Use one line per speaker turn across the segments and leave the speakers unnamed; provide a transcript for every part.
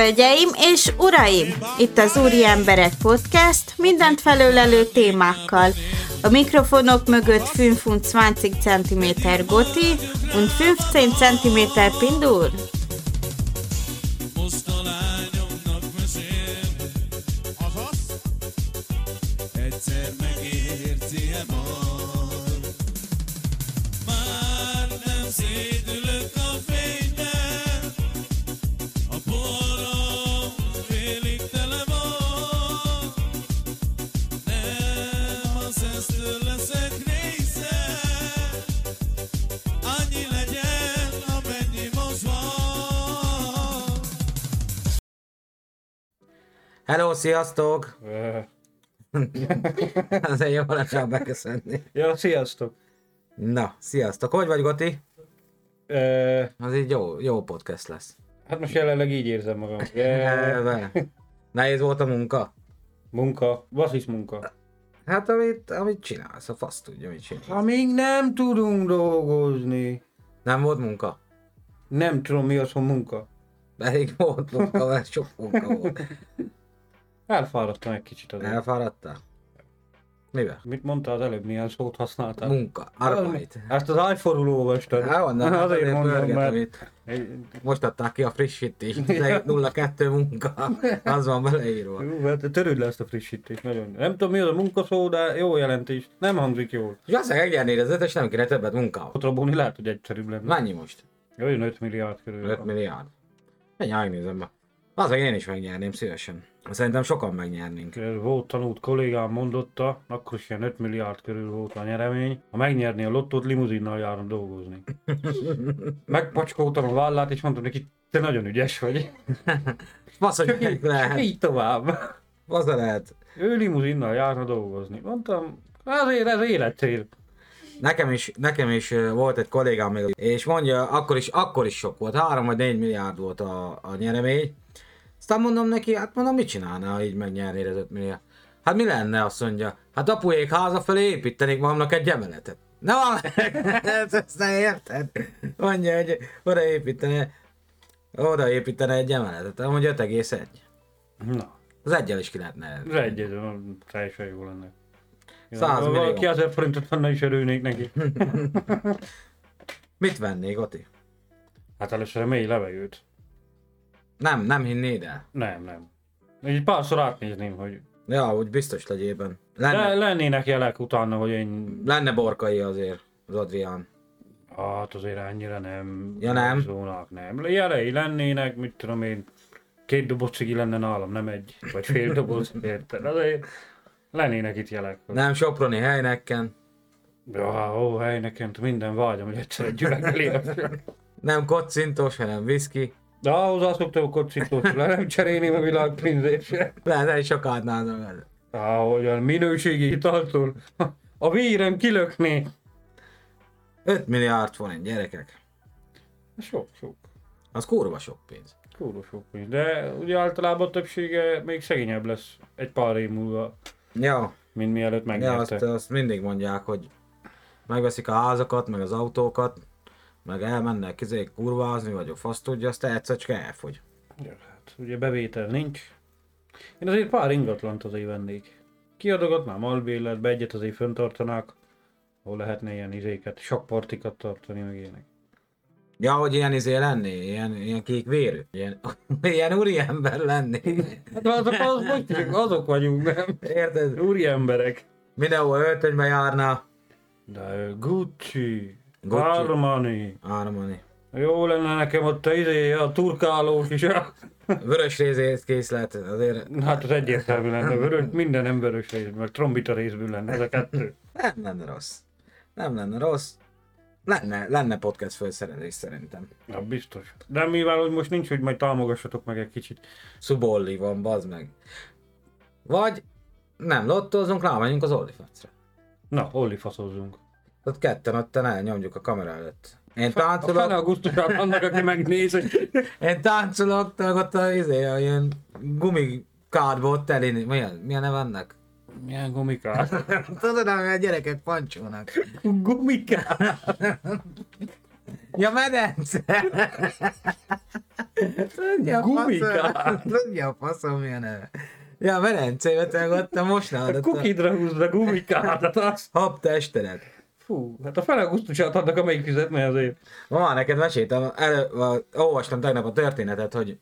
Hölgyeim és uraim! Itt az Úri Emberek Podcast, mindent felölelő témákkal. A mikrofonok mögött 25 cm Goti und 15 cm Pindur.
Most a lányomnak mesélem, azaz, egyszer e megérti-e majd. Már nem szédülök a fényben, a porom félig tele van. Nem a szesztől leszek része, annyi legyen, amennyi most van.
Hello, sziasztok! Azért jó lassan beköszönni.
Ja, sziasztok!
Na, sziasztok! Hogy vagy, Goti?
Ö,
Az így jó, jó podcast lesz.
hát most jelenleg így érzem magam. Ö,
Elve. Nehéz volt a munka?
munka, basszus munka.
Hát amit, amit csinálsz, a fasz tudja, mit csinál.
Amíg nem tudunk dolgozni.
Nem volt munka?
Nem tudom mi az, hogy munka.
Elég volt munka, mert sok munka volt.
Elfáradtam egy kicsit az.
Elfáradtál? Mivel?
Mit mondta az előbb, milyen szót használtál?
Munka, arbeit.
Ezt az iPhone-ul olvastad.
Hát onnan,
Azért mondom,
pörgetem
mert...
itt. Most adták ki a frissítést, 02 munka, az van beleírva.
Jó, hát törőd le ezt a frissítést, nagyon. Nem tudom mi az a munkaszó, de jó jelentés. Nem hangzik jól.
És azt elnyérezett, és nem kéne többet munka.
Ott robogni lehet, hogy egyszerűbb lenne.
Mennyi most?
Olyan 5 milliárd körül.
5 milliárd. Egy megnézem be. Az meg én is megnyerném szívesen. Szerintem sokan megnyernénk.
Volt tanult kollégám mondotta, akkor is ilyen 5 milliárd körül volt a nyeremény. Ha megnyerné a lottót, limuzinnal járom dolgozni. Megpacskoltam a vállát, és mondtam neki, te nagyon ügyes vagy.
Basz, hogy
Csak így,
meg
csak
lehet.
így tovább.
Az a lehet.
Ő limuzinnal járna dolgozni. Mondtam, azért ez életcél.
Nekem is, nekem is ö, volt egy kollégám még, és mondja, akkor is, akkor is sok volt, 3 vagy 4 milliárd volt a, a nyeremény. Aztán mondom neki, hát mondom, mit csinálna, ha így megnyerné az 5 milliárd? Hát mi lenne, azt mondja, hát apujék háza felé építenék magamnak egy emeletet. Na, ezt, ezt nem érted? Mondja, hogy oda építene, oda építene egy emeletet, amúgy 5,1.
Na,
Az egyel is ki lehetne.
ez egy, ez teljesen jó lenne. Ja,
100
ha Valaki
millió.
ezer forintot vannak is örülnék neki.
Mit vennék, Oti?
Hát először a mély levegőt.
Nem, nem hinnéd el.
Nem, nem. Egy párszor átnézném, hogy
Ja, úgy biztos legyél benne. Lenne,
Le, lennének jelek utána, hogy én
Lenne borkai azért, az Adrián.
Hát azért annyira nem.
Ja, nem?
Zónak nem. Jelei lennének, mit tudom én, két doboz cigi lenne nálam, nem egy, vagy fél doboz, érted? Azért lennének itt jelek.
Nem Soproni helynekken,
Ja, ó, hely, nekem minden vágyam, hogy egyszer egy üveggel élek.
nem kocintos, hanem whisky.
De ahhoz azt szoktam, hogy kocintos le, nem cserélném a világ pénzésre.
Lehet, egy sokat nálom ez.
Ahogy a minőségi italtól a vérem kilökné.
5 milliárd forint, gyerekek.
Sok, sok.
Az kurva sok pénz.
Kúró sok pénz. De ugye általában a többsége még szegényebb lesz egy pár év múlva,
Ja,
mint mielőtt
ja
megnyerte.
azt, azt mindig mondják, hogy megveszik a házakat, meg az autókat, meg elmennek kizék kurvázni, vagy a fasz tudja, aztán egyszer csak elfogy.
Ja, hát ugye bevétel nincs. Én azért pár ingatlant azért vennék. Kiadogatnám albéletbe, egyet azért föntartanák, ahol lehetne ilyen izéket, sakpartikat tartani, meg ilyenek.
Ja, hogy ilyen izé lenni, ilyen, ilyen kék vérű, ilyen, ilyen úriember lenni.
Hát azok, az, hogy tudjuk, azok vagyunk, nem?
Érted?
Úri emberek.
Mindenhol öltönybe járna.
De ö, Gucci,
Gucci.
Gucci. Armani.
Áramani.
Jó lenne nekem ott a izé, a turkáló is.
Vörös részét készlet, azért
Hát az egyértelmű lenne, vörös, minden nem vörös rész, meg trombita részből lenne ez a kettő.
nem lenne rossz. Nem lenne rossz. Lenne, lenne podcast felszerelés szerintem.
Na biztos. De mivel hogy most nincs, hogy majd támogassatok meg egy kicsit,
Szubolli van, bazd meg. Vagy nem lottózunk, rámegyünk az OnlyFans-re.
Na, Olli faszozzunk.
Ott ketten ottan elnyomjuk a kamera előtt. Én
A fene
táncolok,
a gusztusát annak, aki megnéz, hogy
én táncolok, te meg ott a, izé, a ilyen gumikádba ott elé, milyen, milyen neve ennek?
milyen gumikát.
Tudod, ami a gyerekek pancsolnak.
Gumikát.
Ja, medence! Tudja, a faszom,
Gumikát.
tudja a faszom, mi a neve. Ja, a medencébe te ott a
Hát A
mosnálat.
kukidra húzd a gumikát, hát az...
Hab testedet.
Fú, hát a fele gusztusát adnak, amelyik fizetne azért.
Ma neked meséltem, el, a, olvastam tegnap a történetet, hogy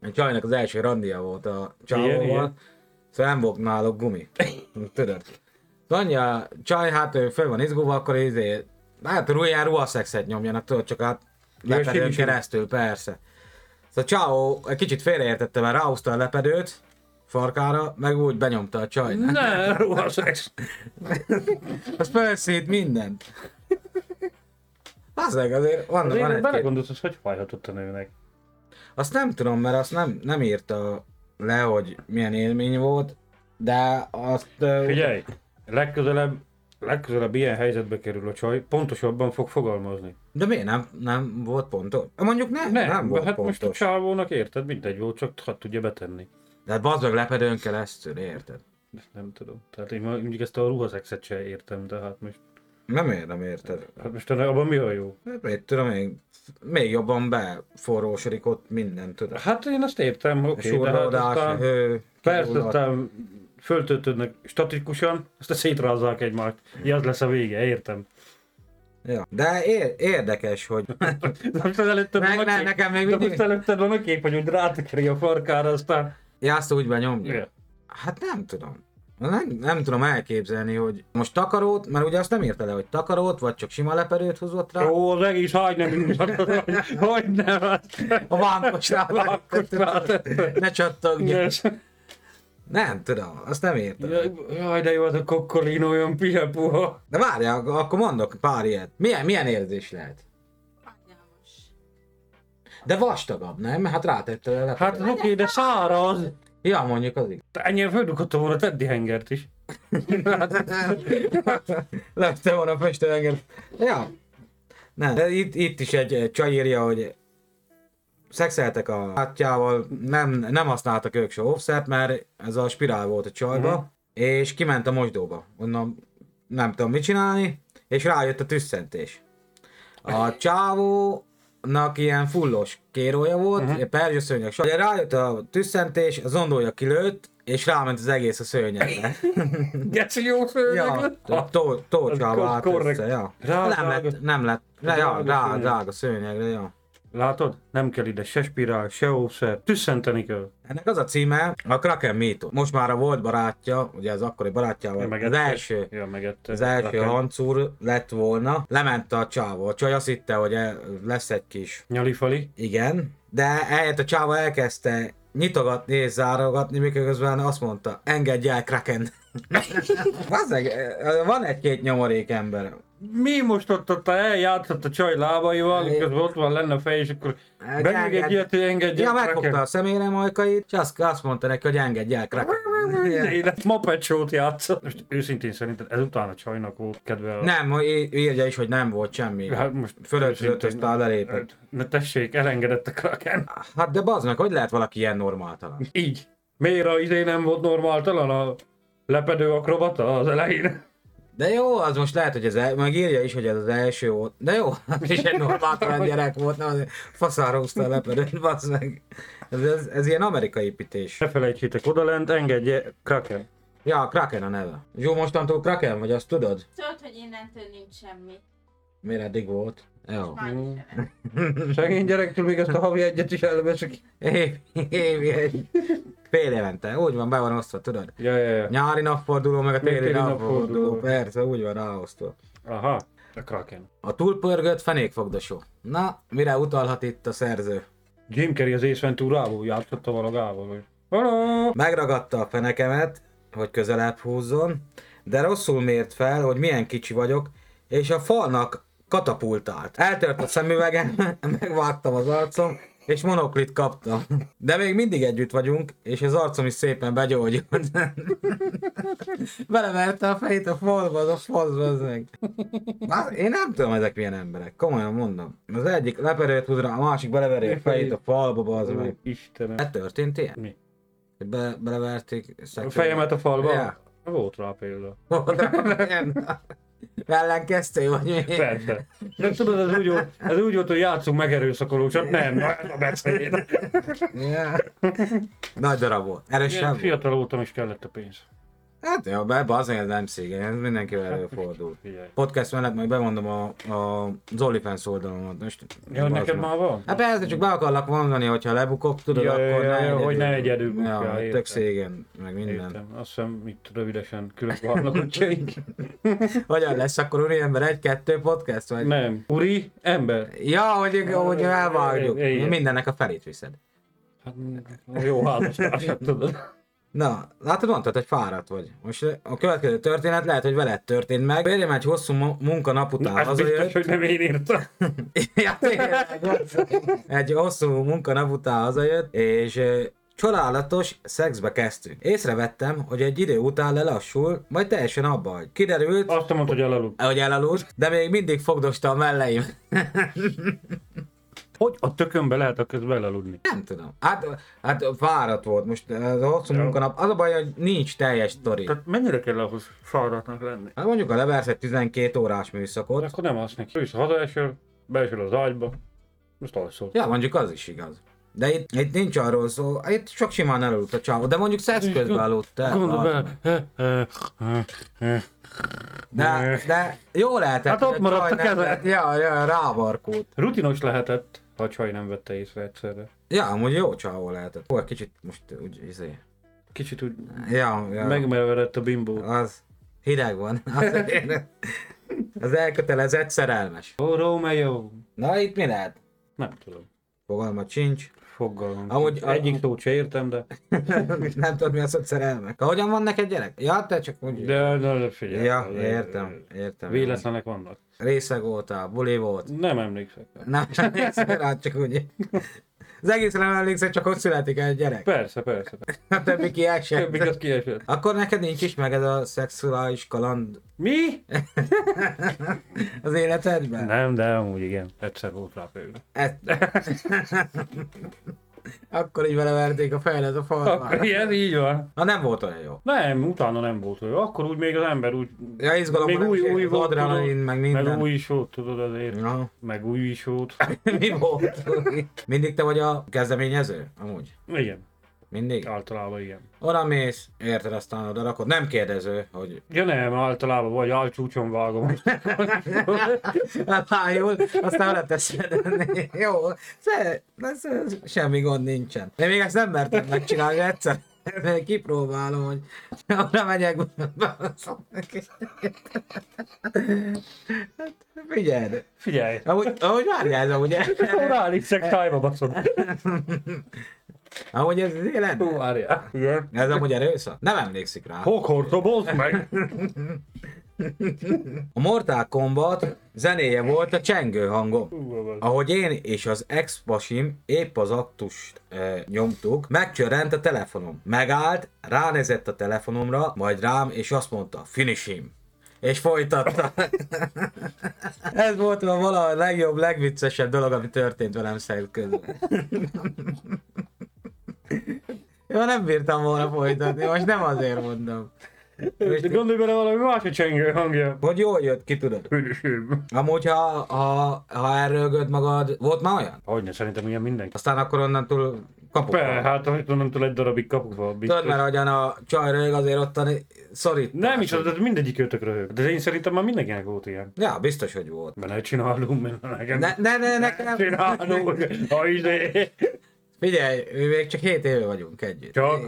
egy csajnak az első randia volt a
Igen,
csávóval,
igen.
szóval nem volt náluk gumi. Tudod. Anya, csaj, hát ő föl van izgulva, akkor izé, hát rújján ruhaszexet nyomjanak, tudod, csak hát
Ja,
lepedőn
simi, simi.
keresztül, persze. Szóval Csáó egy kicsit félreértette, mert ráhúzta a lepedőt farkára, meg úgy benyomta a csajnak.
Ne, ruhaszex.
Az felszét mindent. Az meg azért van, van
Azért
egy-két
belegondolsz, hogy hogy fájhatott a nőnek.
Azt nem tudom, mert azt nem, nem írta le, hogy milyen élmény volt, de azt... ö,
Figyelj, legközelebb, legközelebb ilyen helyzetbe kerül a csaj, pontosabban fog fogalmazni.
De miért nem, nem volt pontos? Mondjuk nem, nem, nem volt
hát
pontos.
most a csávónak érted, mindegy volt, csak hát tudja betenni.
De hát bazd meg lepedőn keresztül, érted?
Ezt nem tudom. Tehát én ma- mondjuk ezt a ruhaszexet se értem, de hát most,
Nem érdem, érted?
hát most ennek abban mi a jó?
Hát mit tudom én, még jobban beforrósodik ott minden, tudod.
Hát én azt értem, oké, okay, de hát
Surlódás,
aztán,
hő,
persze,
kiullat.
aztán föltöltődnek statikusan, aztán szétrázzák egymást. Ja, az lesz a vége, értem.
ja. De ér- érdekes, hogy...
De most az előtted
Meg-
van a
ne-
kép,
nekem még
de
mindig-
most előtted van a kép, hogy úgy rátekeri a farkára, aztán...
Jász úgy benyomja.
Igen.
Hát nem tudom. Nem, nem tudom elképzelni, hogy most takarót, mert ugye azt nem írta le, hogy takarót, vagy csak sima leperőt hozott rá.
Jó, az egész hagy nem hagy nem, hát
A vánkos rá.
vánkos rátette.
Ne csattogj.
Yes.
Nem tudom, azt nem értem.
Jaj, de jó az a kokkolino, olyan pihe puha.
De várjál, ak- akkor mondok pár ilyet. Milyen, milyen érzés lehet? De vastagabb, nem? Hát rátette le. leperőt.
Hát az oké, de száraz.
Ja, mondjuk az igaz.
Te Ennyire földughatta volna Teddy hengert is.
Lepte van a festő engem. Ja. Nem, de itt, itt is egy, egy csaj írja, hogy szexeltek a hátjával, nem, nem használtak ők se offszert, mert ez a spirál volt a csajba,
Mhm.
és kiment a mosdóba. Onnan nem tudom mit csinálni, és rájött a tüsszentés. A csávónak ilyen fullos kérója volt, uh-huh. perzsaszőnyeg. Rájött a tüsszentés, az ondója kilőtt, és ráment az egész a szőnyegre.
Geci jó
Ja,
főleg.
a tó,
az
tócsával állt
korrekt.
össze, ja. nem
Rá- drága-
lett, nem lett, rá, ja,
drága
rá,
szőnyeg.
drága szőnyegre, ja.
Látod? Nem kell ide se spirál, se óvszer. Tüsszenteni kell.
Ennek az a címe, a Kraken Mito. Most már a volt barátja, ugye az akkori barátjával, az
megette.
első,
Ja, megette.
az első
Rakett.
hancúr lett volna, lement a csávó. A csaj azt hitte, hogy el- lesz egy kis
Nyalifali.
Igen, de ehelyett a csáva elkezdte nyitogatni és zárogatni, miközben azt mondta, engedj el Kraken. Bazzeg, van egy-két nyomorék ember.
Mi most ott ott eljátszott a csaj lábaival, miközben ott van lenne a fej, és akkor benyeg egy ilyet, hogy engedje.
Hát Ja,
a
megfogta
Kraken.
a szemére majkait, és azt, azt mondta neki, hogy engedj el Kraken.
De Én ezt Muppet Show-t játszott. Most őszintén szerintem ezután a csajnak volt kedve. a-
Nem, hogy í- írja is, hogy nem volt semmi.
Hát most
Fölött
őszintén-
aztán lelépett.
Na tessék, elengedett a Kraken.
Hát de bazd meg, hogy lehet valaki ilyen normáltalan?
Így. Miért a idén nem volt normáltalan a lepedő akrobata az elején?
De jó, az most lehet, hogy ez el, meg írja is, hogy ez az első volt. De jó, az is egy normáltalan gyerek volt, nem azért faszára húzta a lepedőt, bazd meg. Ez, ez, ez, ilyen amerikai építés.
Ne felejtsétek, odalent engedje Kraken.
Ja, a Kraken a neve. Jó, mostantól Kraken vagy, azt tudod?
Tudod, hogy innentől nincs semmi.
Miért eddig volt? Jó.
Már nincs semmi.
Szegény gyerektől még ezt a havi egyet is elveszik.
Év, évi egy. Fél évente, úgy van, be van osztva, tudod?
Ja, ja, ja.
Nyári napforduló, meg a téli,
Téli
napforduló.
napforduló.
persze, úgy van ráosztva.
Aha, a Kraken.
A túlpörgött fenékfogdosó. Na, mire utalhat itt a szerző?
Jim Carrey az Ace Venturából játszotta valagával, hogy Hello!
Megragadta a fenekemet, hogy közelebb húzzon, de rosszul mért fel, hogy milyen kicsi vagyok, és a falnak katapultált. Eltört a szemüvegem, megvágtam az arcom, és monoklit kaptam. De még mindig együtt vagyunk, és az arcom is szépen begyógyult. Belemerte a fejét a falba, az a falba az meg. Már én nem tudom, ezek milyen emberek, komolyan mondom. Az egyik leperőt húz rá, a másik beleveri a fejét a falba, az meg.
Istenem.
Hát történt ilyen?
Mi?
Hogy Be, beleverték
A
szexuális-
fejemet a falba?
Ja.
Volt rá példa.
Volt rá ilyen. ellenkeztő, vagy mi?
Persze. De tudod, ez úgy, volt, ez úgy volt, hogy játszunk megerőszakoló, csak nem, na, ez a beszéd.
Ja. Nagy darab volt. Erre
Ilyen
sem volt.
Fiatal voltam is kellett a pénz.
Hát jó, be, az ez nem szégyen, ez
Hát,
mindenkivel előfordul.
Figyelj.
Podcast mellett majd bemondom a, a Zolifens oldalomat. Most,
Ja, neked
bazd
már
meg.
van?
Hát persze, csak be akarlak mondani, hogyha lebukok, tudod,
Ja, ja,
akkor
ja, ja,
ne
hogy ne egyedül bukjál,
Ja,
értem.
tök szégyen, meg minden.
Értem. Azt hiszem, itt rövidesen külön hallgatóink.
Hogyan lesz akkor úriember egy-kettő podcast? Vagy?
Nem. Uri, ember.
Ja, hogy, hogy elvágjuk.
Igen.
Mindennek a felét viszed.
Hát, jó házastársat, tudod.
Na, látod, mondtad, hogy fáradt vagy. Most eh, a következő történet lehet, hogy veled történt meg. Bérjem egy hosszú mu- munkanap után
Hát biztos, hogy nem én írtam.
ja, tényleg, egy hosszú munkanap után hazajött, és ö, csodálatos szexbe kezdtünk. Észrevettem, hogy egy idő után lelassul, majd teljesen abba hagy. Kiderült,
Azt mondta, hogy elaludt.
hogy elaludt, de még mindig fogdosta a melleim.
Hogy a tökönbe lehet a közben elaludni?
Nem tudom. Hát, hát fáradt volt most ez a hosszú
Jó.
munkanap. Az a baj, hogy nincs teljes sztori.
Tehát mennyire kell ahhoz fáradtnak lenni?
Hát mondjuk a leversz egy 12 órás műszakot,
Akkor nem azt neki. Ősz hazaesel, beesel az ágyba, most alszol.
Ja, mondjuk az is igaz. De itt, itt nincs arról szó, itt csak simán elaludt a csávó, de mondjuk szex közben aludt el.
Gondolom
az-
el. eh, eh, eh, eh.
De, de jó lehetett.
Hát ott
hogy
maradt a
csaj nem-
keze.
Ja, ja, rávarkult.
Rutinos lehetett, ha a csaj nem vette észre egyszerre.
Ja, amúgy jó csávó lehetett. Hol kicsit most úgy izé.
Kicsit úgy
Ja, ja.
megmervedett a bimbó.
Az hideg van. Azért- Az elkötelezett szerelmes.
Ó, Romeo!
Na itt mi lehet?
Nem tudom.
Fogalmat sincs.
Fogalom.
Amúgy-
egyik szót se értem, de...
Nem tudod mi az, hogy szerelmek. Hogyan van neked gyerek? Ja, te csak úgy.
De, de, de figyelj.
Ja,
az-
értem, értem.
Véletlenek vannak.
Részeg voltál, buli volt.
Nem emlékszek. rá.
Nem sem emlékszem rá, csak úgy. Az egészre nem emlékszel, csak hogy születik egy gyerek.
Persze, persze. persze.
A többi ki el sem.
Többik az kiesett.
Akkor neked nincs is meg ez a szexuális kaland
Mi?
az életedben?
Nem, de amúgy igen. Egyszer volt rá példa.
E- Akkor így beleverték a fejled a falba.
Akkor ilyen, így van.
Na nem volt olyan jó.
Nem, utána nem volt olyan. Akkor úgy még az ember úgy...
Ja, izgalom,
még
nem
új,
is
új
az
volt,
adrenalin,
tudod,
meg minden.
Meg új is volt, tudod azért.
Na,
Meg új is volt.
mi volt? Mindig te vagy a kezdeményező? Amúgy.
Igen,
Mindig?
általában igen.
Oda mész, érted aztán oda rakod. Nem kérdező, hogy
Ja nem, általában vagy alcsúcson vágom.
Fájul, aztán leteszed. Jó, se, ez, ez, semmi gond nincsen. Én még ezt nem mertem megcsinálni egyszer. Még kipróbálom, hogy oda megyek. Hát, Figyeld.
Figyelj!
Amúgy, amúgy várjál, ez amúgy,
Orális szektájba baszom.
amúgy ez élet.
Hú, várjál. Igen.
Ez amúgy erőszak? Nem emlékszik rá.
Pokorta, bozd meg!
A Mortal Kombat zenéje volt a csengő hangom. Ahogy én és az ex-pasim épp az aktust e, nyomtuk, megcsörrent a telefonom. Megállt, ránézett a telefonomra, majd rám, és azt mondta, finish him. És folytatta. Ez volt a valahogy legjobb, legviccesebb dolog, ami történt velem szerint közben. Jó, nem bírtam volna folytatni, most nem azért mondom.
De gondolj bele valami más a csengő hangja.
Hogy jól jött ki, tudod?
Hűsőbb.
Amúgy, ha, ha, ha elrögöd magad, volt már olyan?
Hogyne, szerintem ilyen mindenki.
Aztán akkor onnantól kapok.
Pe, hát amit mondom, tőle egy darabig kapok van, biztos.
Tudod, mert ahogyan a csaj rög, azért ottan szorít.
Nem is, az az mindegyik ötök röhög. De én szerintem már mindenkinek volt ilyen.
Ja, biztos, hogy volt.
Mert ne csinálunk, mert nekem.
Ne, ne, ne, nekem.
Csinálunk. Ha izé.
Figyelj, mi még csak 7 éve vagyunk együtt.
Csak?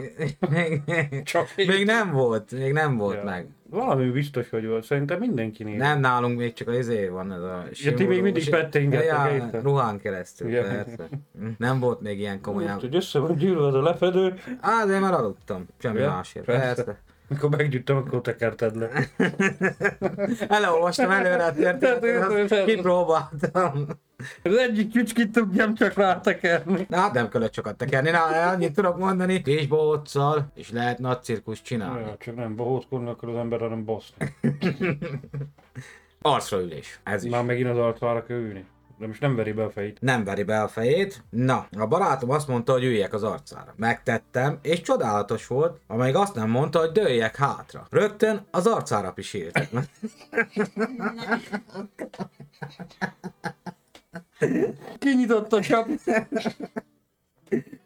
Még,
Csak
még nem volt, még nem volt
Ja.
meg.
Valami biztos, hogy volt. Szerintem mindenkinél.
Nem nálunk még csak az izé van ez a simuló.
még mindig
si-
pettingettek,
Ja,
érted?
ruhán keresztül,
Igen.
persze. Nem volt még ilyen
Úgy,
komolyan.
hogy össze van gyűlve az a lefedő.
Á, de én már aludtam. Semmi
Ja,
másért.
persze.
Persze.
Mikor meggyűjtöm, akkor tekerted le.
Elolvastam előre a történetet,
Persze,
azt
persze.
kipróbáltam.
Az egyik csücskit tudjam csak rátekerni.
Na, hát nem kellett sokat tekerni, na, annyit tudok mondani. És bohóccal, és lehet nagy cirkuszt csinálni.
Ja, csak nem bohózkodni, akkor az ember hanem baszni.
Arcra ülés. Ez is.
Már megint az arcára kell ülni. De most nem veri be a fejét.
Nem veri be a fejét. Na, a barátom azt mondta, hogy üljek az arcára. Megtettem, és csodálatos volt, amelyik azt nem mondta, hogy dőljek hátra. Rögtön az arcára pisilt.
Kinyitott a csap.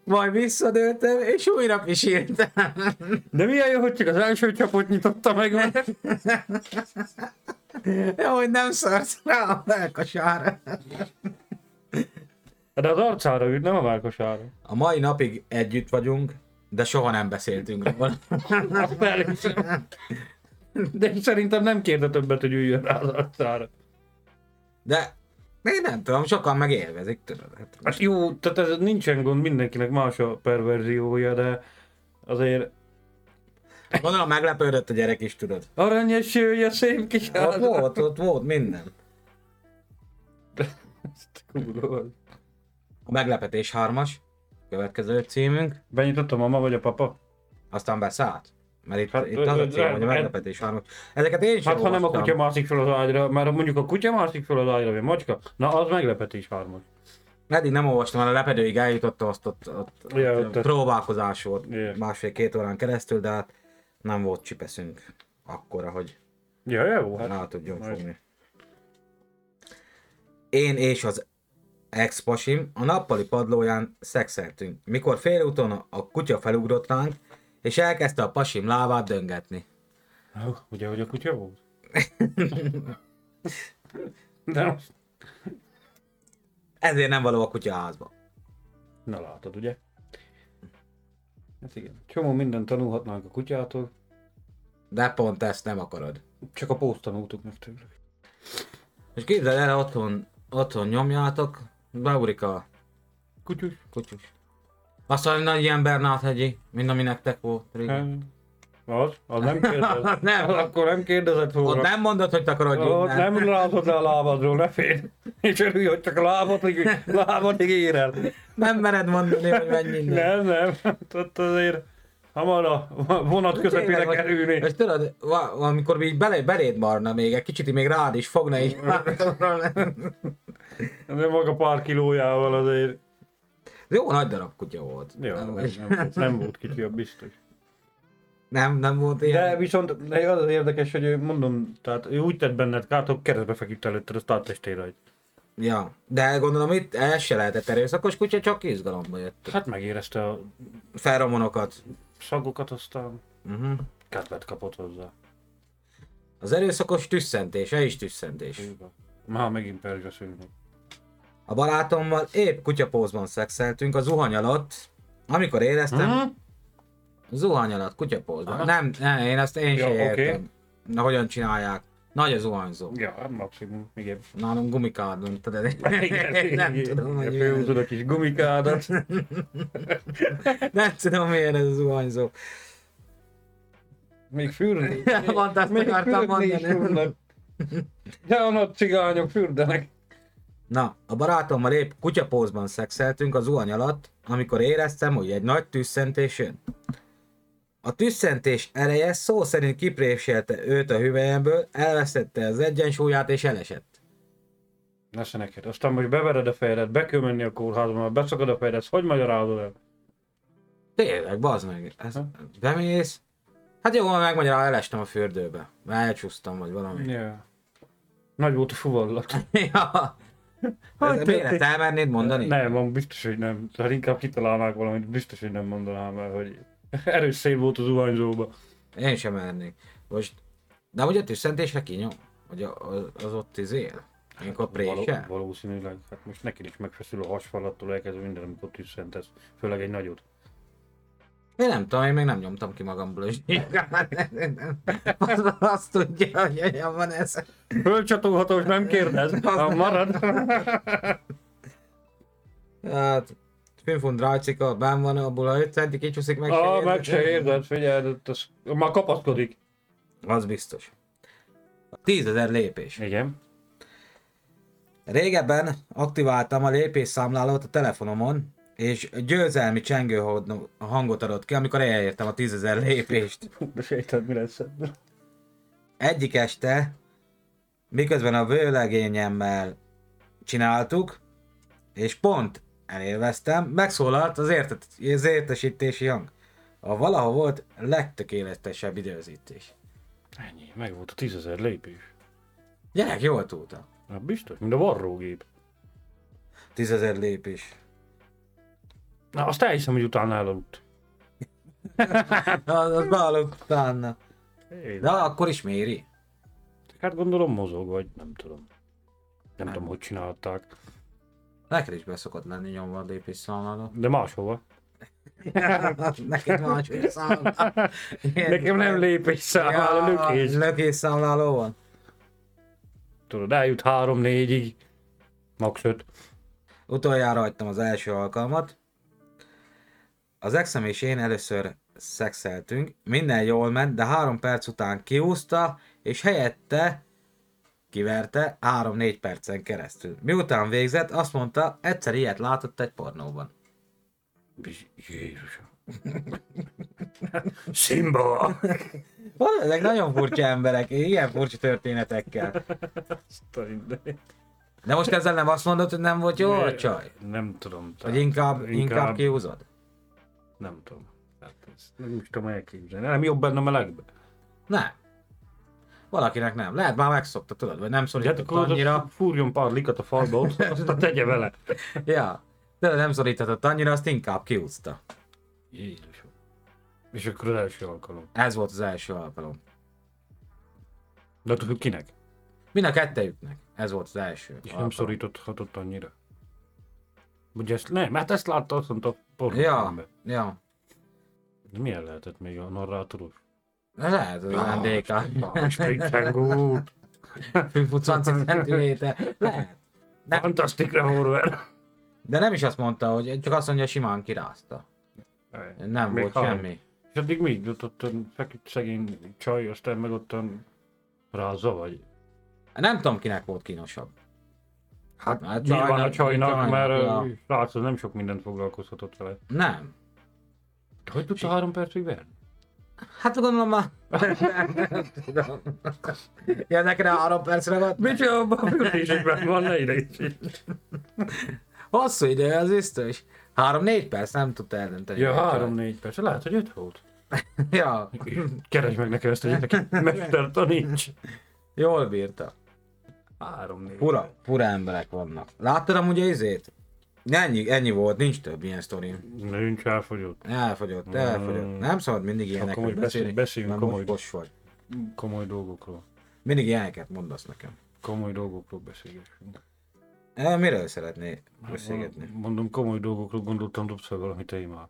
Majd visszadőltem, és újra pisiltem.
De milyen jó, hogy csak az első csapot nyitotta meg, mert
Jó, hogy nem szarsz rá a melkasára.
De az arcára ült, nem a várkosára.
A mai napig együtt vagyunk, de soha nem beszéltünk róla.
Azt elhiszem. De én szerintem nem kérte többet, hogy üljön rá az arcára.
De én nem tudom, sokan meg élvezik, tudod. Hát
Hát jó, tehát ez nincsen gond, mindenkinek más a perverziója, de azért
Gondolom meglepődött a gyerek is, tudod.
aranyos jöjj a szép kis
Ott
házra.
volt, ott volt minden.
Ezt kurva.
A meglepetés hármas, következő címünk,
Benyitott a mama vagy a papa?
aztán beszállt. Mert itt,
Hát,
itt az
ö,
a
ö,
cím, hogy a
ö,
meglepetés hármas. Ezeket én sem
Hát ha nem a
olvastam.
kutya mászik fel az ágyra, már mondjuk a kutya mászik fel az ágyra, vagy a macska, na az meglepetés hármas.
Eddig nem olvastam, mert a lepedőig eljutottam, azt ott, ott, ott,
Ja,
ott,
ott-
próbálkozás volt
Ja.
másfél-két órán keresztül, de hát nem volt csipeszünk akkora, hogy
Ja, jó, hát.
rá tudjon
majd.
fogni. Én és az ex-pasim a nappali padlóján szexeltünk, mikor félúton a kutya felugrott ránk, és elkezdte a pasim lábát döngetni.
Hú, Ugye, hogy a kutya volt? De most-
Ezért nem való a kutya házba.
Na látod, ugye? Hát igen. Csomó mindent tanulhatnánk a kutyától,
De pont ezt nem akarod.
csak a pózt tanultuk meg tőlük.
És képzeld el, otthon, otthon nyomjátok, beugrik a
Kutyus.
kutyus. Aztán egy nagy ilyen Bernát-hegyi, mint ami nektek volt
Hát,
régen.
Az? Az nem kérdezett.
Nem.
Akkor nem kérdezett
Ott
volna.
nem mondod, hogy takarodj
Ott
innen.
nem rázod le a lábadról, ne félj! És örülj, hogy csak a lábadig, lábadig ér el.
Nem mered mondani, hogy menj innen.
Nem, nem, Hát ott azért hamar a vonat közepére
Tényleg, hogy-
kerülni.
És tudod, va- amikor így bele, beléd marna még, egy kicsit így még rád is fogna így.
Nem maga pár kilójával azért.
Jó nagy darab kutya volt.
Jó,
nem,
nem, nem, nem volt kicsi, a biztos.
nem, nem volt
De
ilyen.
viszont de az az érdekes, hogy ő, mondom, tehát ő úgy tett benned kárt, hogy keresztbe feküdt előtted, azt áttestél rajt.
Ja. De gondolom itt el se lehetett erőszakos kutya, csak izgalomba jött.
Hát megérezte a
Feromonokat.
szagokat, aztán
Uh-huh.
kedvet kapott hozzá.
Az erőszakos tüsszentés, ez is tüsszentés.
Már megint perzsaszülni.
A barátommal épp kutyapózban szexeltünk a zuhany alatt, amikor éreztem,
Hm?
zuhany alatt, kutyapózban.
Aha.
Nem, nem, én ezt én
Ja,
sem
oké.
értem. Na, hogyan csinálják? Nagy a zuhanyzó.
Ja, hát maximum, igen.
Nálunk gumikárdunk, tudod?
Igen,
nem
igen.
tudom, hogy mi ez.
Főhúzod a kis gumikádat.
Nem tudom, miért ez a zuhanyzó.
Még fürni.
Pont azt
Még
akartam
fürni is
mondani.
tudnak. De a nagy cigányok fürdenek.
Na, a barátommal épp kutyapózban szexeltünk a zuhany alatt, amikor éreztem, hogy egy nagy tüsszentés jön. A tüsszentés ereje szó szerint kipréselte őt a hüvelyemből, elvesztette az egyensúlyát és elesett.
Na se neked. Aztán most bevered a fejedet, be kell menni a kórházba, mert beszakad a fejed, ezt hogy magyarázod el?
Tényleg, bazd meg, ez, bemész. Hát jó, megmagyaráz, elestem a fürdőbe. Már elcsúsztam, vagy valami.
Yeah. Nagy volt a fuvallat.
ja.
Hogy
Hát, Hogy miért
történt?
elmernéd mondani?
Nem, van, biztos, hogy nem. Tehát inkább kitalálnák valamit, biztos, hogy nem mondanám el, hogy erős szél volt az uhányzóba.
Én sem mernék. Most, de ugye a tüsszentésre kinyom, hogy a- az, az ott izél. Amikor
Való-
présel.
valószínűleg, hát most neked is megfeszül a hasfallattól elkezdve minden, amikor tüsszentesz, főleg egy nagyot.
Én nem tudom, én még nem nyomtam ki magamból is. azt, azt tudja, hogy olyan van ez.
Fölcsatolhatós, nem kérdez, ha marad.
Hát, Fünfund rájcika, bán van, abból a 5 centi kicsúszik meg. se
Ah,
érzed.
meg se érzed, figyeld, ott az, már kapaszkodik.
Az biztos. Tízezer lépés.
Igen.
Régebben aktiváltam a lépésszámlálót a telefonomon, és győzelmi csengő hang- hangot adott ki, amikor elértem a tízezer lépést.
De sejted, mi lesz ebből.
Egyik este, miközben a vőlegényemmel csináltuk, és pont elélveztem, megszólalt az, értet, az értesítési hang. A valaha volt legtökéletesebb időzítés.
Ennyi, meg volt a tízezer lépés.
Gyerek, jól túlta.
Hát biztos, mint a varrógép.
Tízezer lépés.
Na, azt elhiszem, hogy utána elaludt.
Na, az beállok utána.
Én.
De akkor is méri.
Hát gondolom mozog, vagy nem tudom. Nem,
Hát-
tudom, hogy csinálták.
Neked is beszokott lenni nyomva a lépés szalmada.
De máshova.
Neked van egy számláló.
Nekem nem lépés számál a lökés.
Lökés számláló van.
Tudod, eljut három-négyig. Max 5.
Utoljára hagytam az első alkalmat. Az exem és én először szexeltünk, minden jól ment, de három perc után kiúzta, és helyette kiverte 3-4 percen keresztül. Miután végzett, azt mondta, egyszer ilyet látott egy pornóban.
Jézusom. Simba!
Van ezek nagyon furcsa emberek, ilyen furcsa történetekkel. De most ezzel nem azt mondod, hogy nem volt jó a csaj?
Nem tudom.
Vagy inkább, inkább, inkább kiúzod?
Nem tudom. Hát ezt nem is tudom elképzelni. Nem jobb benne a melegbe.
Nem. Valakinek nem. Lehet már megszokta, tudod, vagy nem
Hát
szorított
akkor annyira...
annyira.
fúrjon pár likat a falba, ott, aztán tegye vele.
Ja. De nem szorítatott annyira, azt inkább kiúzta.
Jézusom. És akkor az első alkalom.
Ez volt az első alkalom.
De tudjuk kinek? És
Mind a kettejüknek. Ez volt az első.
nem
alkalom.
szoríthatott annyira. Ugye ezt nem, hát ezt látta azt mondta a
Ja,
pornófilmben.
ja.
De milyen lehetett még a Ah, narrátoros?
Na, Lehet, hogy a DK.
Springtangút!
20 centiméter. Lehet. Nem.
Fantasztikra horver!
De nem is azt mondta, hogy csak azt mondja, simán kirázta. Nem
Még
volt
haj.
semmi.
És addig mi? Ott ott feküdt szegény csaj, aztán meg ott rázza vagy?
Nem tudom, kinek volt kínosabb.
Hát,
hát
nyilván
csajnak-
a csajnak,
csajnak,
mert
ja.
ja. látsz, az nem sok mindent foglalkozhatott vele.
Nem.
De Hogy tudta három percig verni?
Hát gondolom már... Tudom. ja, neked a három percre volt?
Micsoda, abban a fültésekben van, ne ide is.
Hosszú idő, az biztos. Három-négy perc, nem tudta eldönteni.
Ja,
Hogy-
három-négy perc, lehet, hogy öt volt.
Ja,
Keresd meg nekem ezt, hogy neki mester taníts.
jól bírta.
Három-négy.
Pura, pura emberek vannak. Láttad amúgy a izét? Ennyi, ennyi volt, nincs több ilyen sztori.
Nincs elfogyott. Mm.
Elfogyott, elfogyott. Nem szabad mindig ilyenekről
most
beszélni.
beszéljünk- beszéljünk
mert
komoly-
most most vagy.
Komoly dolgokról.
Mindig ilyeneket mondasz nekem.
Komoly dolgokról beszélgessünk.
E, miről szeretné beszélgetni?
Mondom, komoly dolgokról gondoltam, dobsz fel valami témát.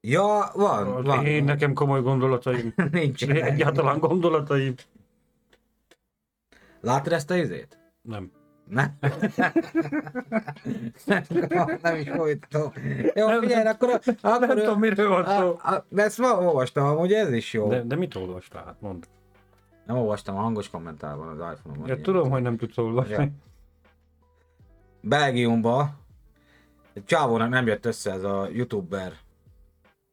Ja, van, van.
Én nekem komoly gondolataim.
Nincs.
Egyáltalán gondolataim.
Láttad ezt a izét?
Nem.
Nem. nem is folytatom. Jó,
Nem,
figyelj,
nem-
akkor... akkor
Nem tudom, miről van szó.
a, a, de ezt ma olvastam, amúgy ez is jó.
De, de mit olvastál? Hát mondd.
Nem olvastam a hangos kommentárban az iPhone-on.
Ja, tudom, hogy nem tudsz olvasni.
Belgiumba egy csávónak nem jött össze ez a youtuber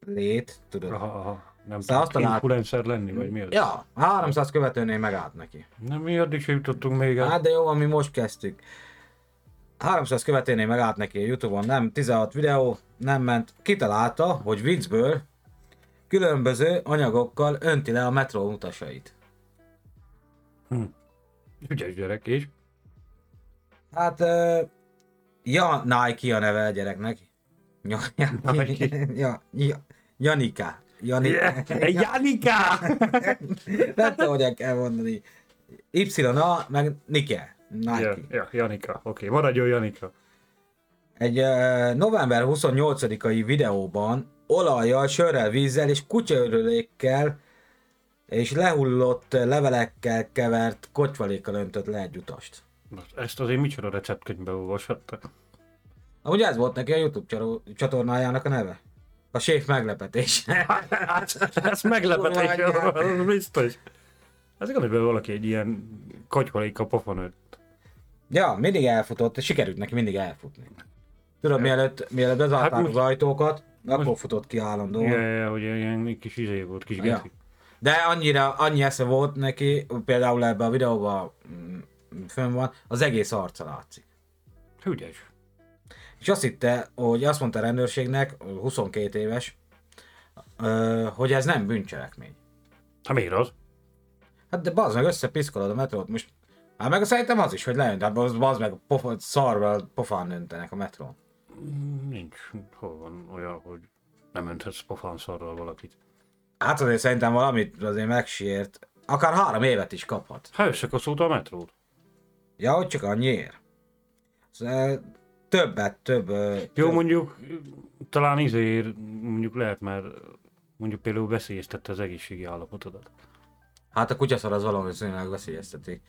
lét, tudod.
Aha, aha.
Szóval
Nem szóval
azt talált-
influencer lenni, vagy mi az?
Ja, 300 követőnél megállt neki.
Nem, mi addig sem jutottunk még el.
Hát de jó, van, mi most kezdtük. 300 követőnél megállt neki a Youtube-on, nem 16 videó, nem ment. Kitalálta, hogy viccből különböző anyagokkal önti le a metró utasait.
Hm. Ügyes gyerek, és?
Hát, ö, ja, Nike a neve a gyereknek. Ja, ja,
Nike.
ja, ja, Janika. Janika.
Yeah. Janika!
Nem tudom, hogyan kell mondani. YA, meg Nike. Nike.
Ja, ja, Janika, oké, maradjon Janika.
Egy ö, november 28-ai videóban olajjal, sörrel, vízzel és kutyaörülékkel és lehullott levelekkel kevert kocsvalékkal öntött le egy utast.
Na, Ezt azért micsoda receptkönyvbe olvashatta?
Amúgy ez volt neki a Youtube csatorn- csatornájának a neve? A séf meglepetés.
Hát, Ez meglepetés,
Kurva anyád.
az az biztos. Ez gondolj bele valaki egy ilyen katyvaléka pofonőt.
Ja, mindig elfutott, sikerült neki mindig elfutni. Tudod, mielőtt, mielőtt bezárták
Hát
hát
most-
az ajtókat, akkor futott ki
Ja,
állandóan.
ja, ja, hogy ilyen kis izé volt, kis
Ja.
geci.
De annyira, annyi esze volt neki, például ebben a videóban mm, fönn van, az egész arca látszik.
Ügyes.
És azt hitte, hogy azt mondta a rendőrségnek, 22 éves, ö, hogy ez nem bűncselekmény.
Hát miért az?
Hát de bazd meg, összepiszkolod a metrót most. Hát meg szerintem az is, hogy lejönt, de bazd, bazd meg, pofa, szarval pofán öntenek a metrón.
Nincs. Hol van olyan, hogy nem önthetsz pofán szarral valakit.
Hát azért szerintem valamit azért megsért. Akár három évet is kaphat.
Hát összekaszolta a metrót.
Ja, hogy csak annyiért. Szóval többet, több... ö,
Jó,
több-
mondjuk talán izéért mondjuk lehet, mert mondjuk például veszélyeztette az egészségi állapotodat.
Hát a kutyaszar az valószínűleg veszélyezteti.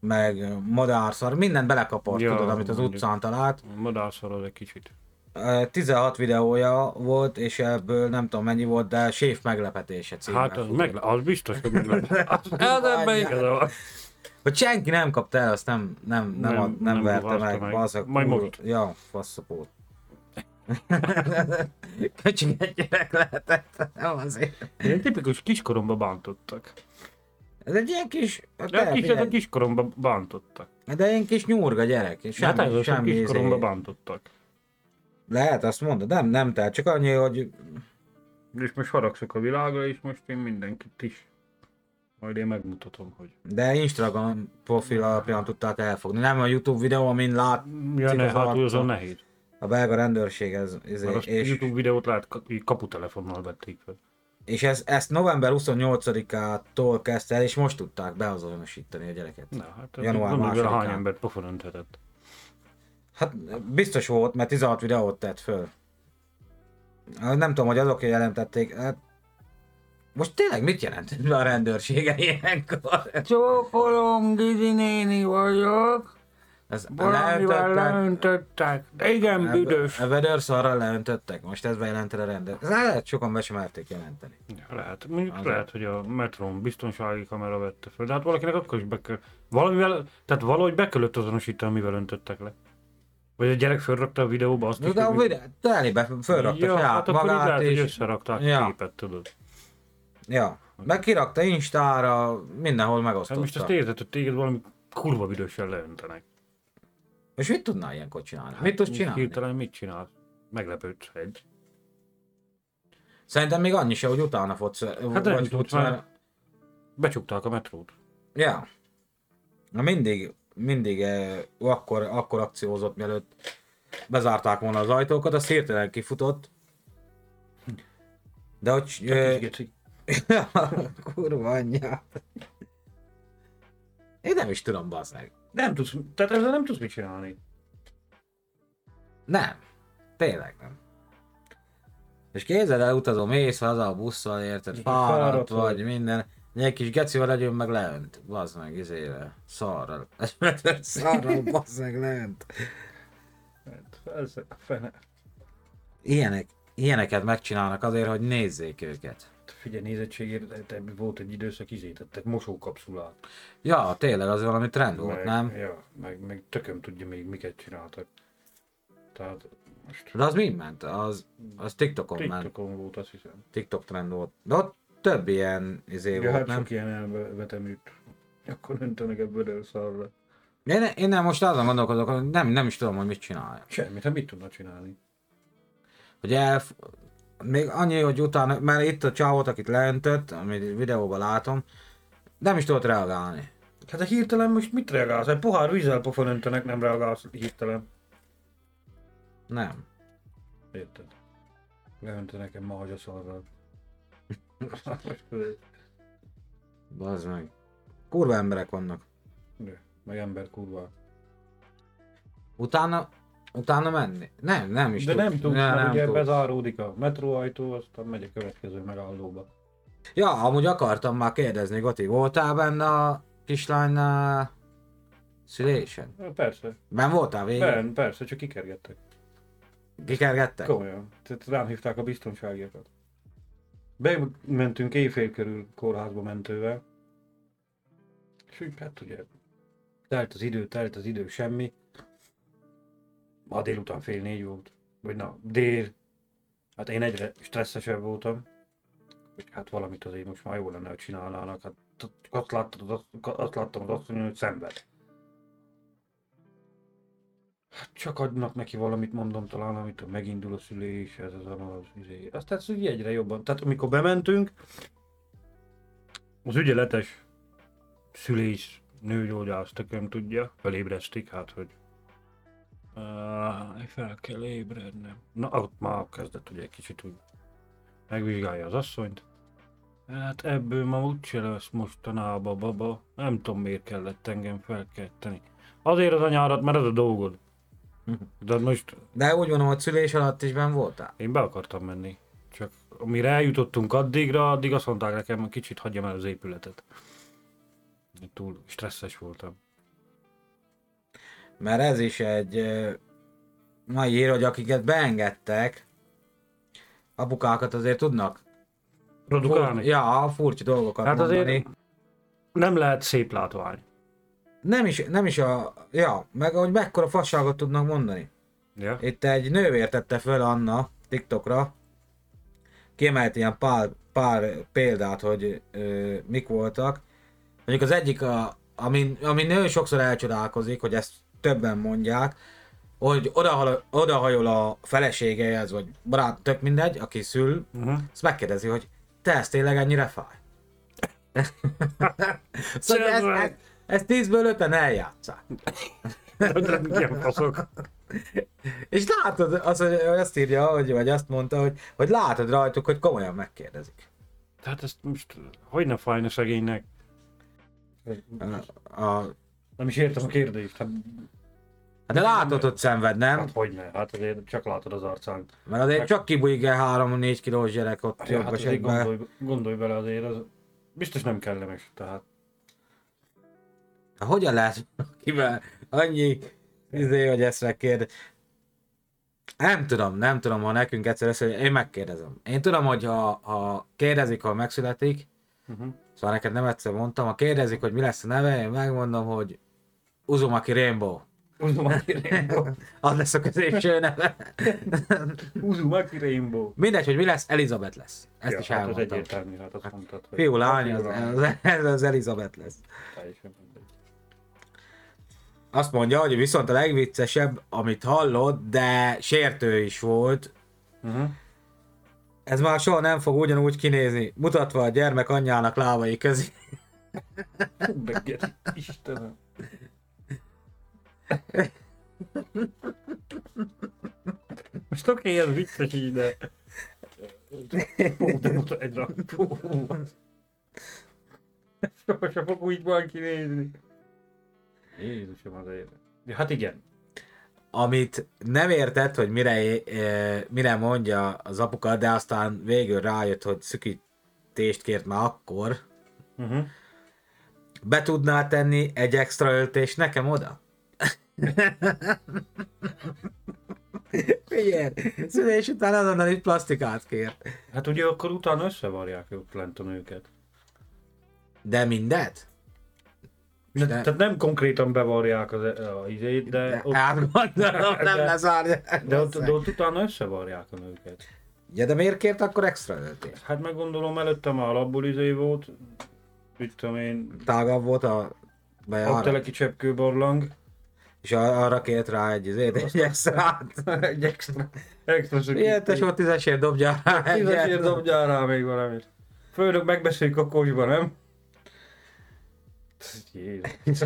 Meg madárszar, mindent belekapart,
Ja,
tudod, amit az
mondjuk.
utcán talált.
Madárszar az egy kicsit.
Ö, 16 videója volt, és ebből nem tudom mennyi volt, de séf meglepetése címmel
Hát az,
futott.
meg, Hát, az biztos, hogy meglep. Az, az ebben igaza van.
Hogy senki nem kapta el, azt nem, nem, nem,
Nem-
nem, ad, nem,
nem
verte
rohaszta
meg.
meg.
Bazzak,
Majd
kurva-
most.
Ja, faszapót. Köcsöget gyerek lehetett, nem azért.
Ilyen tipikus kiskoromba bántottak.
Hát Ez egy ilyen kis, hát
De
el-
kis,
figyelj,
a kiskoromba bántottak.
de ilyen kis nyurga gyerek, és semmi,
hát ez az, hogy
semmi
kiskoromba
izé.
bántottak.
Lehet, azt mondod, nem, nem, tehát csak annyi, hogy
És most haragszok a világra, és most én mindenkit is. Majd én megmutatom, hogy...
de Instagram profil alapján tudták elfogni. Nem a YouTube videó, amin lát
Ja, ne,
az
hát
arca.
azon nehéz.
a belga rendőrség, ez, ez
Mert azt és...
és,
YouTube videót lehet, ka- így kaputelefonnal vették fel.
és ez, ezt november 28-ától kezdte el, és most tudták beazonosítani a gyereket.
Na, hát
Január
gondolj bele, hány
másodikán.
embert pofon öntetett.
Hát biztos volt, mert 16 videót tett föl. Hát Nem tudom, hogy azok jelentették. Hát, most tényleg mit jelent a rendőrsége ilyenkor?
Csókolom, Didi néni vagyok.
Ez
Valamivel leöntöttek. Igen, büdös.
A vödörszarral leöntöttek, most ezt bejelentett a rendőr. Ez lehet, sokan be sem merték jelenteni.
Lehet, mondjuk lehet, hogy a metrón biztonsági kamera vette föl, de hát valakinek akkor is be kell, valamivel, tehát valahogy be kellett azonosítani, mivel öntöttek le. Vagy a gyerek fölrakta a videóba azt
De,
is,
de a
hogy mi-
videó, telébe fölrakta
ja,
saját
hát akkor így
magát,
lehet, hogy
és,
összerakták
Ja.
ja. képet, tudod. Hát
ja, meg kirakta Instára, mindenhol
Hát most
megosztotta.
azt érzed, hogy téged valami kurva büdösen leöntenek.
és mit tudnál ilyenkor csinálni? Hát Mit tudsz csinálni?
Hát Hirtelen mit csinál? Meglepődsz egy.
Szerintem még annyi se, hogy utána fogsz, eh,
Hát nem
vagy
tudsz,
futsz,
mert
mert
becsukták a metrót.
Ja. Na mindig, mindig eh, akkor, akkor akciózott, mielőtt bezárták volna az ajtókat, az hirtelen kifutott. De hogy...
Hát,
eh, Kurva anyja. Én nem is tudom, bazd meg.
Nem tudsz, tehát ezzel nem tudsz mit csinálni.
Nem. Tényleg nem. És képzeld el, utazom mész haza a busszal, érted? Fáradt
fáradt
vagy,
vagy.
minden. Egy kis gecivel egyön meg leönt. Bazd meg, izére. Szarral. Szarral, bazd meg, leönt.
Hát, Ez a fene.
Ilyenek, ilyeneket megcsinálnak azért, hogy nézzék őket.
Figyelj, nézettségért de- de volt egy időszak, izétettek mosókapszulát.
Ja, tényleg az valami trend volt,
meg,
nem?
Ja, meg, meg tököm tudja még miket csináltak. Tehát most
De az mi ment? Az, az TikTokon ment.
TikTokon volt, azt hiszem.
TikTok trend volt. De ott több ilyen izé
Ja,
volt,
hát
nem?
sok ilyen elvetemült. Akkor öntenek ebből a szarra.
Én, én nem most azon gondolkodok, hogy nem, nem is tudom, hogy mit csinálja.
Semmit, hát mit tudna csinálni?
Hogy el, még annyi, hogy utána, mert itt a csávót, akit leöntött, amit videóban látom, nem is tudott reagálni.
Hát de hirtelen most mit reagálsz? Egy pohár vízzel pofon öntenek, nem reagálsz hirtelen.
Nem.
Érted? Leöntenek egy mahagy a szarral.
Bazd meg. Kurva emberek vannak.
meg ember kurva.
Utána, utána menni? Nem, nem is
De
tud.
nem tudsz,
Ne,
mert ugye
tudsz.
bezáródik a metróajtó, aztán megy a következő megállóba.
Ja, amúgy akartam már kérdezni, Gati, voltál benne a kislánynál szülésen?
Na, Persze,
Ben voltál végig?
ben, persze, csak kikergettek.
Kikergettek?
Komolyan. Tehát rám hívták a biztonságiakat. Bementünk éjfél körül kórházba mentővel. És úgy, hát ugye, telt az idő, telt az idő, semmi. Ma délután fél négy volt. Vagy na, dél. Hát én egyre stresszesebb voltam. Hogy hát valamit azért most már jó lenne, hogy csinálnának. Hát t- azt láttam, az azt, azt láttam az asszonyon, hogy szenved. Hát Csak adnak neki valamit, mondom talán, amit megindul a szülés, ez az az, izé. Aztán ez így egyre jobban. Tehát amikor bementünk, az ügyeletes szülés nőgyógyász, tököm tudja, felébresztik, hát hogy Áj, fel kell ébrednem. Na, ott már kezdett ugye egy kicsit úgy megvizsgálja az asszonyt. Hát ebből ma úgyse lesz mostanában, baba. Nem tudom, miért kellett engem felkelteni. Azért az anyárat, mert ez a dolgod. De hát most
De úgy mondom, hogy szülés alatt is ben voltál.
én be akartam menni. Csak amire eljutottunk addigra, addig azt mondták nekem, hogy kicsit hagyjam el az épületet. Én Túl stresszes voltam.
Mert ez is egy ö, mai ír, hogy akiket beengedtek, apukákat azért tudnak.
Produkálni?
ja, furcsa dolgokat
Hát
hát
azért-
mondani. Azért...
Nem lehet szép látvány.
Nem is, nem is a... Ja, meg hogy mekkora fasságot tudnak mondani.
Ja?
Itt egy nővér tette föl Anna TikTokra, kiemelt ilyen pár, pár példát, hogy ö, mik voltak. Mondjuk az egyik, a, ami, ami nő sokszor elcsodálkozik, hogy ezt többen mondják, hogy odahal- odahajol a feleségehez, vagy barát, tök mindegy, aki szül,
Uh-huh.
azt megkérdezi, hogy te ez tényleg ennyire fáj? szóval ezt, ezt, ezt 10-ből 5-en eljátszák.
Ilyen faszok.
És látod, az, hogy azt írja, hogy, vagy azt mondta, hogy, hogy látod rajtuk, hogy komolyan megkérdezik.
Tehát ezt most hogy ne fájna szegénynek?
A, a,
Nem is értem a kérdést. Hát,
de látod, hogy szenved, nem?
hát hogy ne? Hát azért csak látod az arcán.
Mert azért csak kibújik el 3-4 kilós gyerek ott
Ja, hát
jobb
azért
esetben.
gondolj, gondolj bele azért, az biztos nem kellemes. Tehát
Hát Hogyan lehet kivel annyi izé, hogy ezt megkérdez? Nem tudom, nem tudom, ha nekünk egyszer lesz, hogy én megkérdezem. Én tudom, hogy ha, ha kérdezik, ha megszületik,
uh-huh.
Szóval neked nem egyszer mondtam, ha kérdezik, hogy mi lesz a neve, én megmondom, hogy Uzumaki Rainbow.
Uzumaki Rainbow.
Az lesz a középső neve.
Uzumaki Rainbow.
Mindegy, hogy mi lesz, Elizabeth lesz. Ezt ja, is
hát az
elmondtam.
egyértelmű, hát azt mondtad, hogy...
Fiú, lány,
Fiú,
az, az, ez az Elizabeth lesz.
Teljesen mindegy.
Azt mondja, hogy viszont a legviccesebb, amit hallott, de sértő is volt,
Uh-huh.
ez már soha nem fog ugyanúgy kinézni, mutatva a gyermek anyjának lábai közé.
Fú, de geci, Istenem. Most oké, ez vicces így, de... Fú, de most egyre... Fú. Soha se fog úgy van kinézni. Jézusom az élet. Ja, hát igen.
Amit nem értett, hogy mire, é- e, mire mondja az apuka, de aztán végül rájött, hogy szükítést kért már akkor,
Uh-huh.
be tudnál tenni egy extra öltést nekem oda? Figyelj, szülés után azonnal itt plastikát kér.
Hát ugye akkor utána összevarják ott lent a nőket.
De mindet?
Ne,
De-
Tehát nem konkrétan bevarják az, e- a izét, de, ott,
Hát gondolom, nem
de-
lezárja.
de, ott, de ott utána összevarják a nőket.
Ja, de miért kért akkor extra öltést?
Hát meg gondolom előtte már alapból izé volt, mit tudom én,
Tágabb volt a
a
bejárat,
teleki cseppkőbarlang,
és ar- arra kért rá egy, izét, egy extrát.
egy extra, extra szükít.
Ilyen tesó tízesért dobja rá.
Tízesért
egyet.
dobjál rá még valamit. Főnök, megbeszéljük a kocsba, nem? Jézus.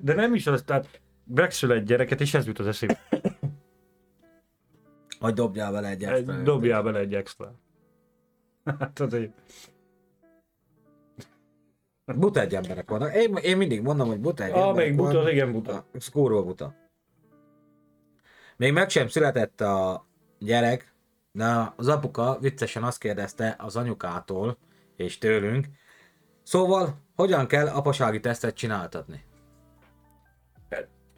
De nem is az, tehát megszül egy gyereket, és ez jut az eszébe.
Vagy dobjál vele egy
Egy-
extra öltést.
Dobjál bele egy extra. Hát azért.
Buta egy emberek vannak. Én, én mindig mondom, hogy buta egy
Ah,
emberek
még buta,
vannak.
az igen buta.
Ez kurva buta. Még meg sem született a gyerek, de az apuka viccesen azt kérdezte az anyukától és tőlünk, szóval hogyan kell apasági tesztet csináltatni?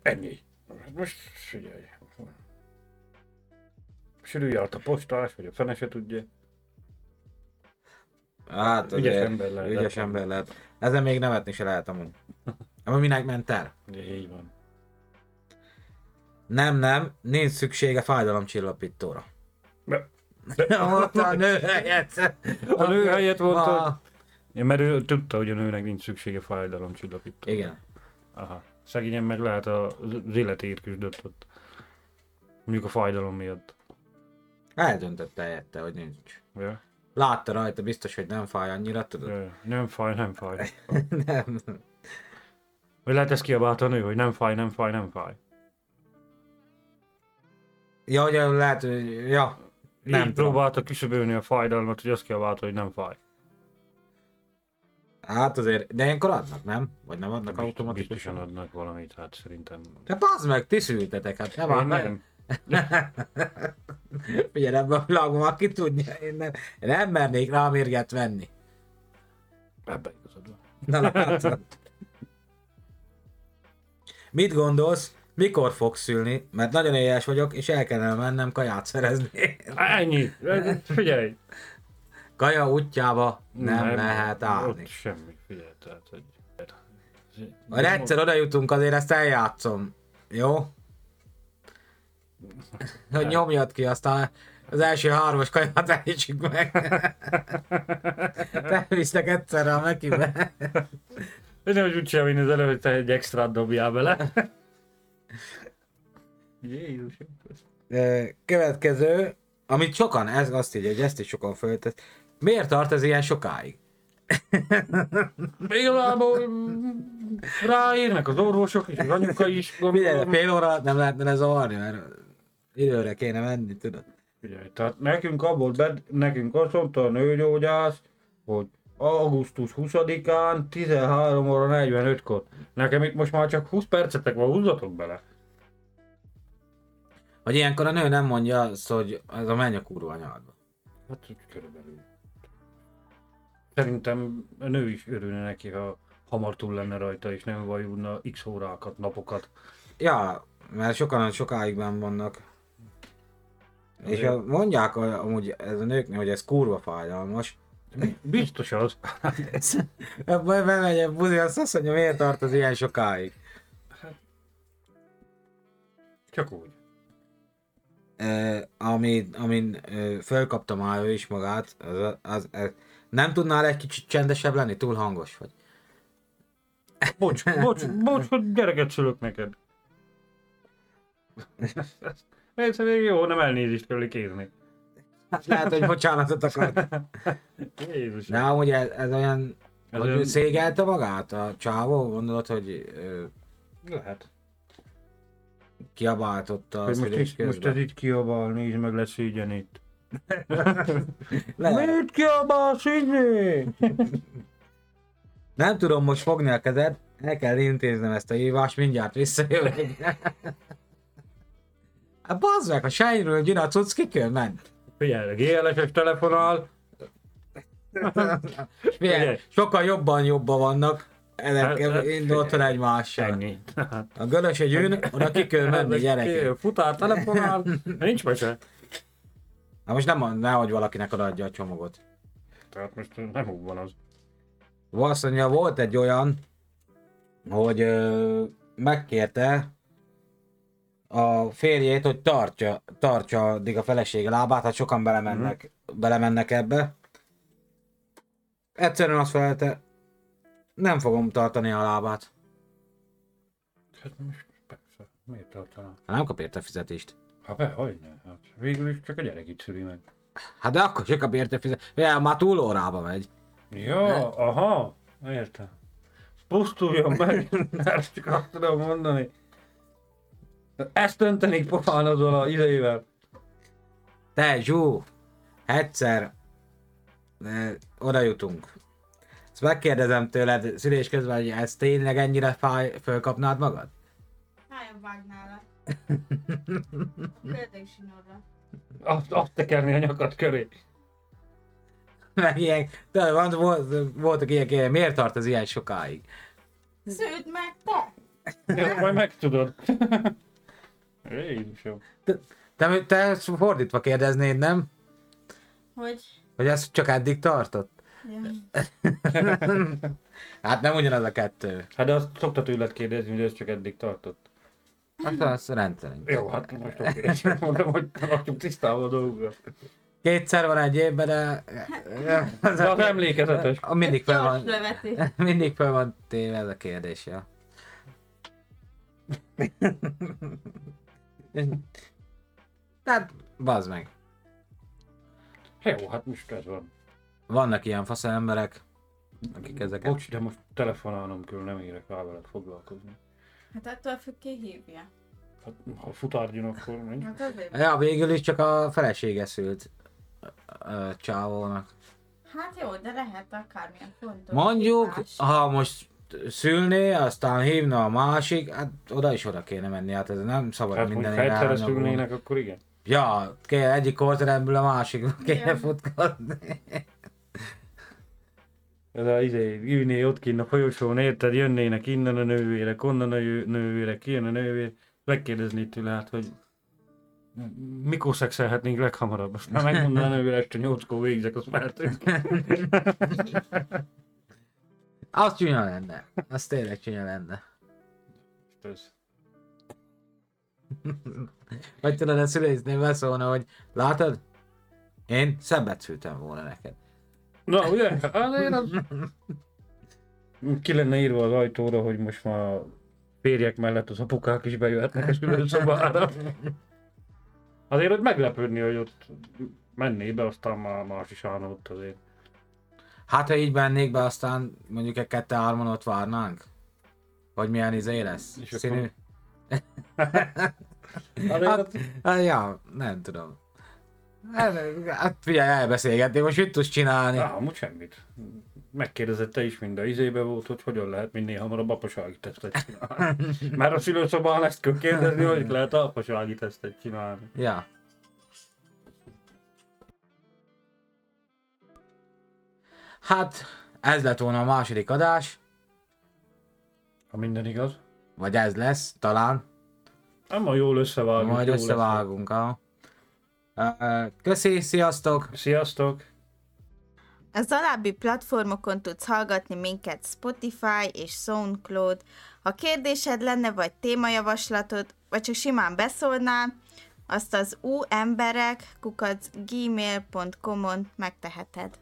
Ennyi. Hát Most figyelj. Sülülj át a postás, vagy a fene se tudja.
Hát,
Ügyes
ugye,
ember lehet. hát.
Ügyes ember lehet. Ezen még nevetni se lehet amúgy. Ami minek ment el?
De így van.
Nem, nem, nincs szüksége fájdalomcsillapítóra.
De-
Mondta a nő helyett.
A nő helyett mondta.
Ma-
Ja, mert ő tudta, hogy a nőnek nincs szüksége fájdalomcsillapítóra.
Igen.
Aha. Szegényen meg lehet az az életét küzdött ott. Mondjuk a fájdalom miatt.
Eldöntött helyette, hogy nincs.
Ja?
Látta rajta, biztos, hogy nem fáj annyira, tudod?
Ja, Nem fáj, nem fáj.
nem.
Vagy lehet ezt kiabálta a nő, hogy nem fáj, nem fáj, nem fáj.
Ja, ugye lehet, hogy... Ja.
Nem
Nem tudom.
Így próbálta küszöbölni a fájdalmat, hogy azt kiabálta, hogy nem fáj.
Hát azért, de ilyenkor adnak, nem? Vagy nem adnak
Biztosan
automatikusan?
adnak valamit, hát szerintem.
De bazd meg, ti szültetek, hát nem
Én
áll meg.
nem.
Figyelj, ebben a világban, aki tudja, én nem, én nem mernék rá mérget venni.
Ebben igazad van.
Na látod. Mit gondolsz, mikor fogsz szülni? Mert nagyon éhes vagyok, és el kellene mennem kaját szerezni.
Ennyi! Figyelj!
Kaja útjába nem, lehet állni.
Ott semmi, figyelj, tehát, hogy...
Ha egyszer oda jutunk, azért ezt eljátszom. Jó? Hogy nyomjad ki, aztán az első hármas kaját elítsük meg. Te visznek egyszerre a mekibe.
Ez nem, hogy úgy sem, mint az előbb, hogy te egy extrát dobjál bele. Jézus.
Ö, Következő, amit sokan, ez azt így, hogy ezt is sokan föltesz. Miért tart ez ilyen sokáig?
Igazából mm, ráírnak az orvosok és az anyuka is.
Figyelj,
gondolom.
fél óra alatt nem lehetne lezavarni, mert időre kéne menni, tudod?
Figyelj, tehát nekünk abból, bed, nekünk azt mondta a nőgyógyász, hogy augusztus 20-án 13 óra 45-kor. Nekem itt most már csak 20 percetek van, húzzatok bele.
Hogy ilyenkor a nő nem mondja azt, hogy ez a menj a kurva anyádba.
Hát úgy körülbelül. Szerintem a nő is örülne neki, ha hamar túl lenne rajta, és nem vajulna x órákat, napokat.
Ja, mert sokan sokáig benn vannak. És
Azért.
a- mondják a- amúgy ez a nőknél, hogy ez kurva fájdalmas.
Biztos az.
Ebben bemegy a buzi, azt azt mondja, miért tart az ilyen sokáig.
Csak úgy.
E, ami, amin e, fölkapta már ő is magát, az, az, e, nem tudnál egy kicsit csendesebb lenni? Túl hangos vagy.
Bocs, bocs, bocs, hogy gyereket szülök neked. Egyszerűen jó, nem elnézést kell kérni.
Hát lehet, hogy bocsánatot akart.
Jézus.
De amúgy ez, ez olyan,
Ez
hogy ő
olyan-
szégelte magát a csávó, gondolod, hogy ö,
Lehet.
kiabáltotta a
Hogy most,
szülés
így, most
közben.
ez itt kiabál, nézd meg, lesz szégyen itt.
Lehet.
Mit kiabál szégyen?
Nem tudom most fogni a kezed, el kell intéznem ezt a hívást, mindjárt visszajövök. Hát bazd meg, a sányról gyina a cucc kikön ment.
Figyelj, a GLS-es telefonál,
Milyen,
Ugye?
sokkal jobban jobban vannak,
Hát, hát,
ezek indultan egymással.
ennyi. Hát,
A gölös egy ün, oda kikön menni gyerekek.
Futár telefonál, nincs mese.
Na most nem mondd, hogy valakinek odaadja a csomagot.
Tehát most nem úgy van az.
Azt mondja, volt egy olyan, hogy ö, megkérte a férjét, hogy tartja, tartsa addig a felesége lábát, hát sokan belemennek, belemennek ebbe. Egyszerűen azt felelte, nem fogom tartani a lábát.
Hát most persze, miért tartaná?
Hát Nem kap érte fizetést.
Hát be, hogyne, hát végül is csak a gyerek itt szüli meg. Hát
Hát de akkor se kap érte fizetést. Ja, már túlórába megy.
Ja, aha, értem. Pusztuljon meg, mert csak azt tudom mondani. Ezt öntenék pofán azon a idejével.
Te Zsú, egyszer ö, oda jutunk. Ezt megkérdezem tőled szülés közben, hogy ez tényleg ennyire fáj, fölkapnád magad?
Hájabb vágnál le. Köldög sinorra.
Azt, azt tekerni a nyakat köré.
Meg ilyen, de van, volt- voltak ilyen kérdések, miért tart ez ilyen sokáig?
Sződ meg te!
Jó, majd megtudod. Jézusom.
Te, te ezt fordítva kérdeznéd, nem?
Hogy?
Hogy ez csak eddig tartott?
Ja.
Hát nem ugyanaz a kettő.
Hát de azt szokta tőled kérdezni, hogy ez csak eddig tartott.
Hát az rendszerint.
Jó, hát most oké, okay. mondom, hogy tartjuk tisztában a dolgokat.
Kétszer van egy évben, de...
De az emlékezetes.
Mindig fel
Gyors
van,
lövetés.
mindig fel van téve ez a kérdés, ja. kapni. Tehát, Hát, bazd meg.
Jó, hát most ez van.
Vannak ilyen fasz emberek, akik ezeket...
Bocs, de most telefonálnom kell, nem érek rá veled foglalkozni.
Hát attól függ, ki hívja.
Hát, ha futárgyon, akkor még.
Hát azért.
Ja, végül is csak a felesége szült ö, csávónak.
Hát jó, de lehet akármilyen fontos.
Mondjuk,
hívás.
ha most szülné, aztán hívna a másik, hát oda is oda kéne menni, hát ez nem szabad
Hát, hogy
minden
egyszerre
elnyomulni.
szülnének, akkor igen.
Ja, kell egyik korteremből a másikba kéne
Igen.
futkodni.
Ez a izé, ülné ott kint a folyosón, érted, jönnének innen a nővérek, onnan a jö- nővérek, jön a nővér, megkérdezni tőle hát, hogy m- mikor szexelhetnénk leghamarabb. Most már megmondaná a nővér, este nyolckor végzek, azt már tök.
Az csúnya lenne. Az tényleg csúnya lenne.
Ez-
Vagy tudod, a szülésznő beszólna, hogy látod? Én szebbet szültem volna neked.
Na, ugye? Azért az... Ki lenne írva az ajtóra, hogy most már a férjek mellett az apukák is bejöhetnek a szülőszobára. Azért ott meglepődni, hogy ott menné be, aztán már más is állna ott azért.
Hát, ha így bennék be, aztán mondjuk egy kette hárman ott várnánk. Vagy milyen izé lesz?
És akkor-
Színű?
Azért
Hát, hát, ja, nem tudom. Hát, hát figyelj, elbeszélgetni, most mit tudsz csinálni?
Á, amúgy semmit. Megkérdezett te is mind a izébe volt, hogy hogyan lehet minél hamarabb apasági tesztet csinálni. Már a szülőszobán ezt kell kérdezni, hogy lehet apasági tesztet csinálni.
Ja. Hát, ez lett volna a második adás,
Ha minden igaz.
vagy ez lesz, talán.
Ám Hát, ma jól összevágunk.
Majd
jó lesz.
összevágunk. Ha. Ö, Köszi, sziasztok!
Sziasztok!
Az alábbi platformokon tudsz hallgatni minket Spotify és Soundcloud. Ha kérdésed lenne, vagy témajavaslatod, vagy csak simán beszólnál, azt az uemberek kukac gmail.com-on megteheted.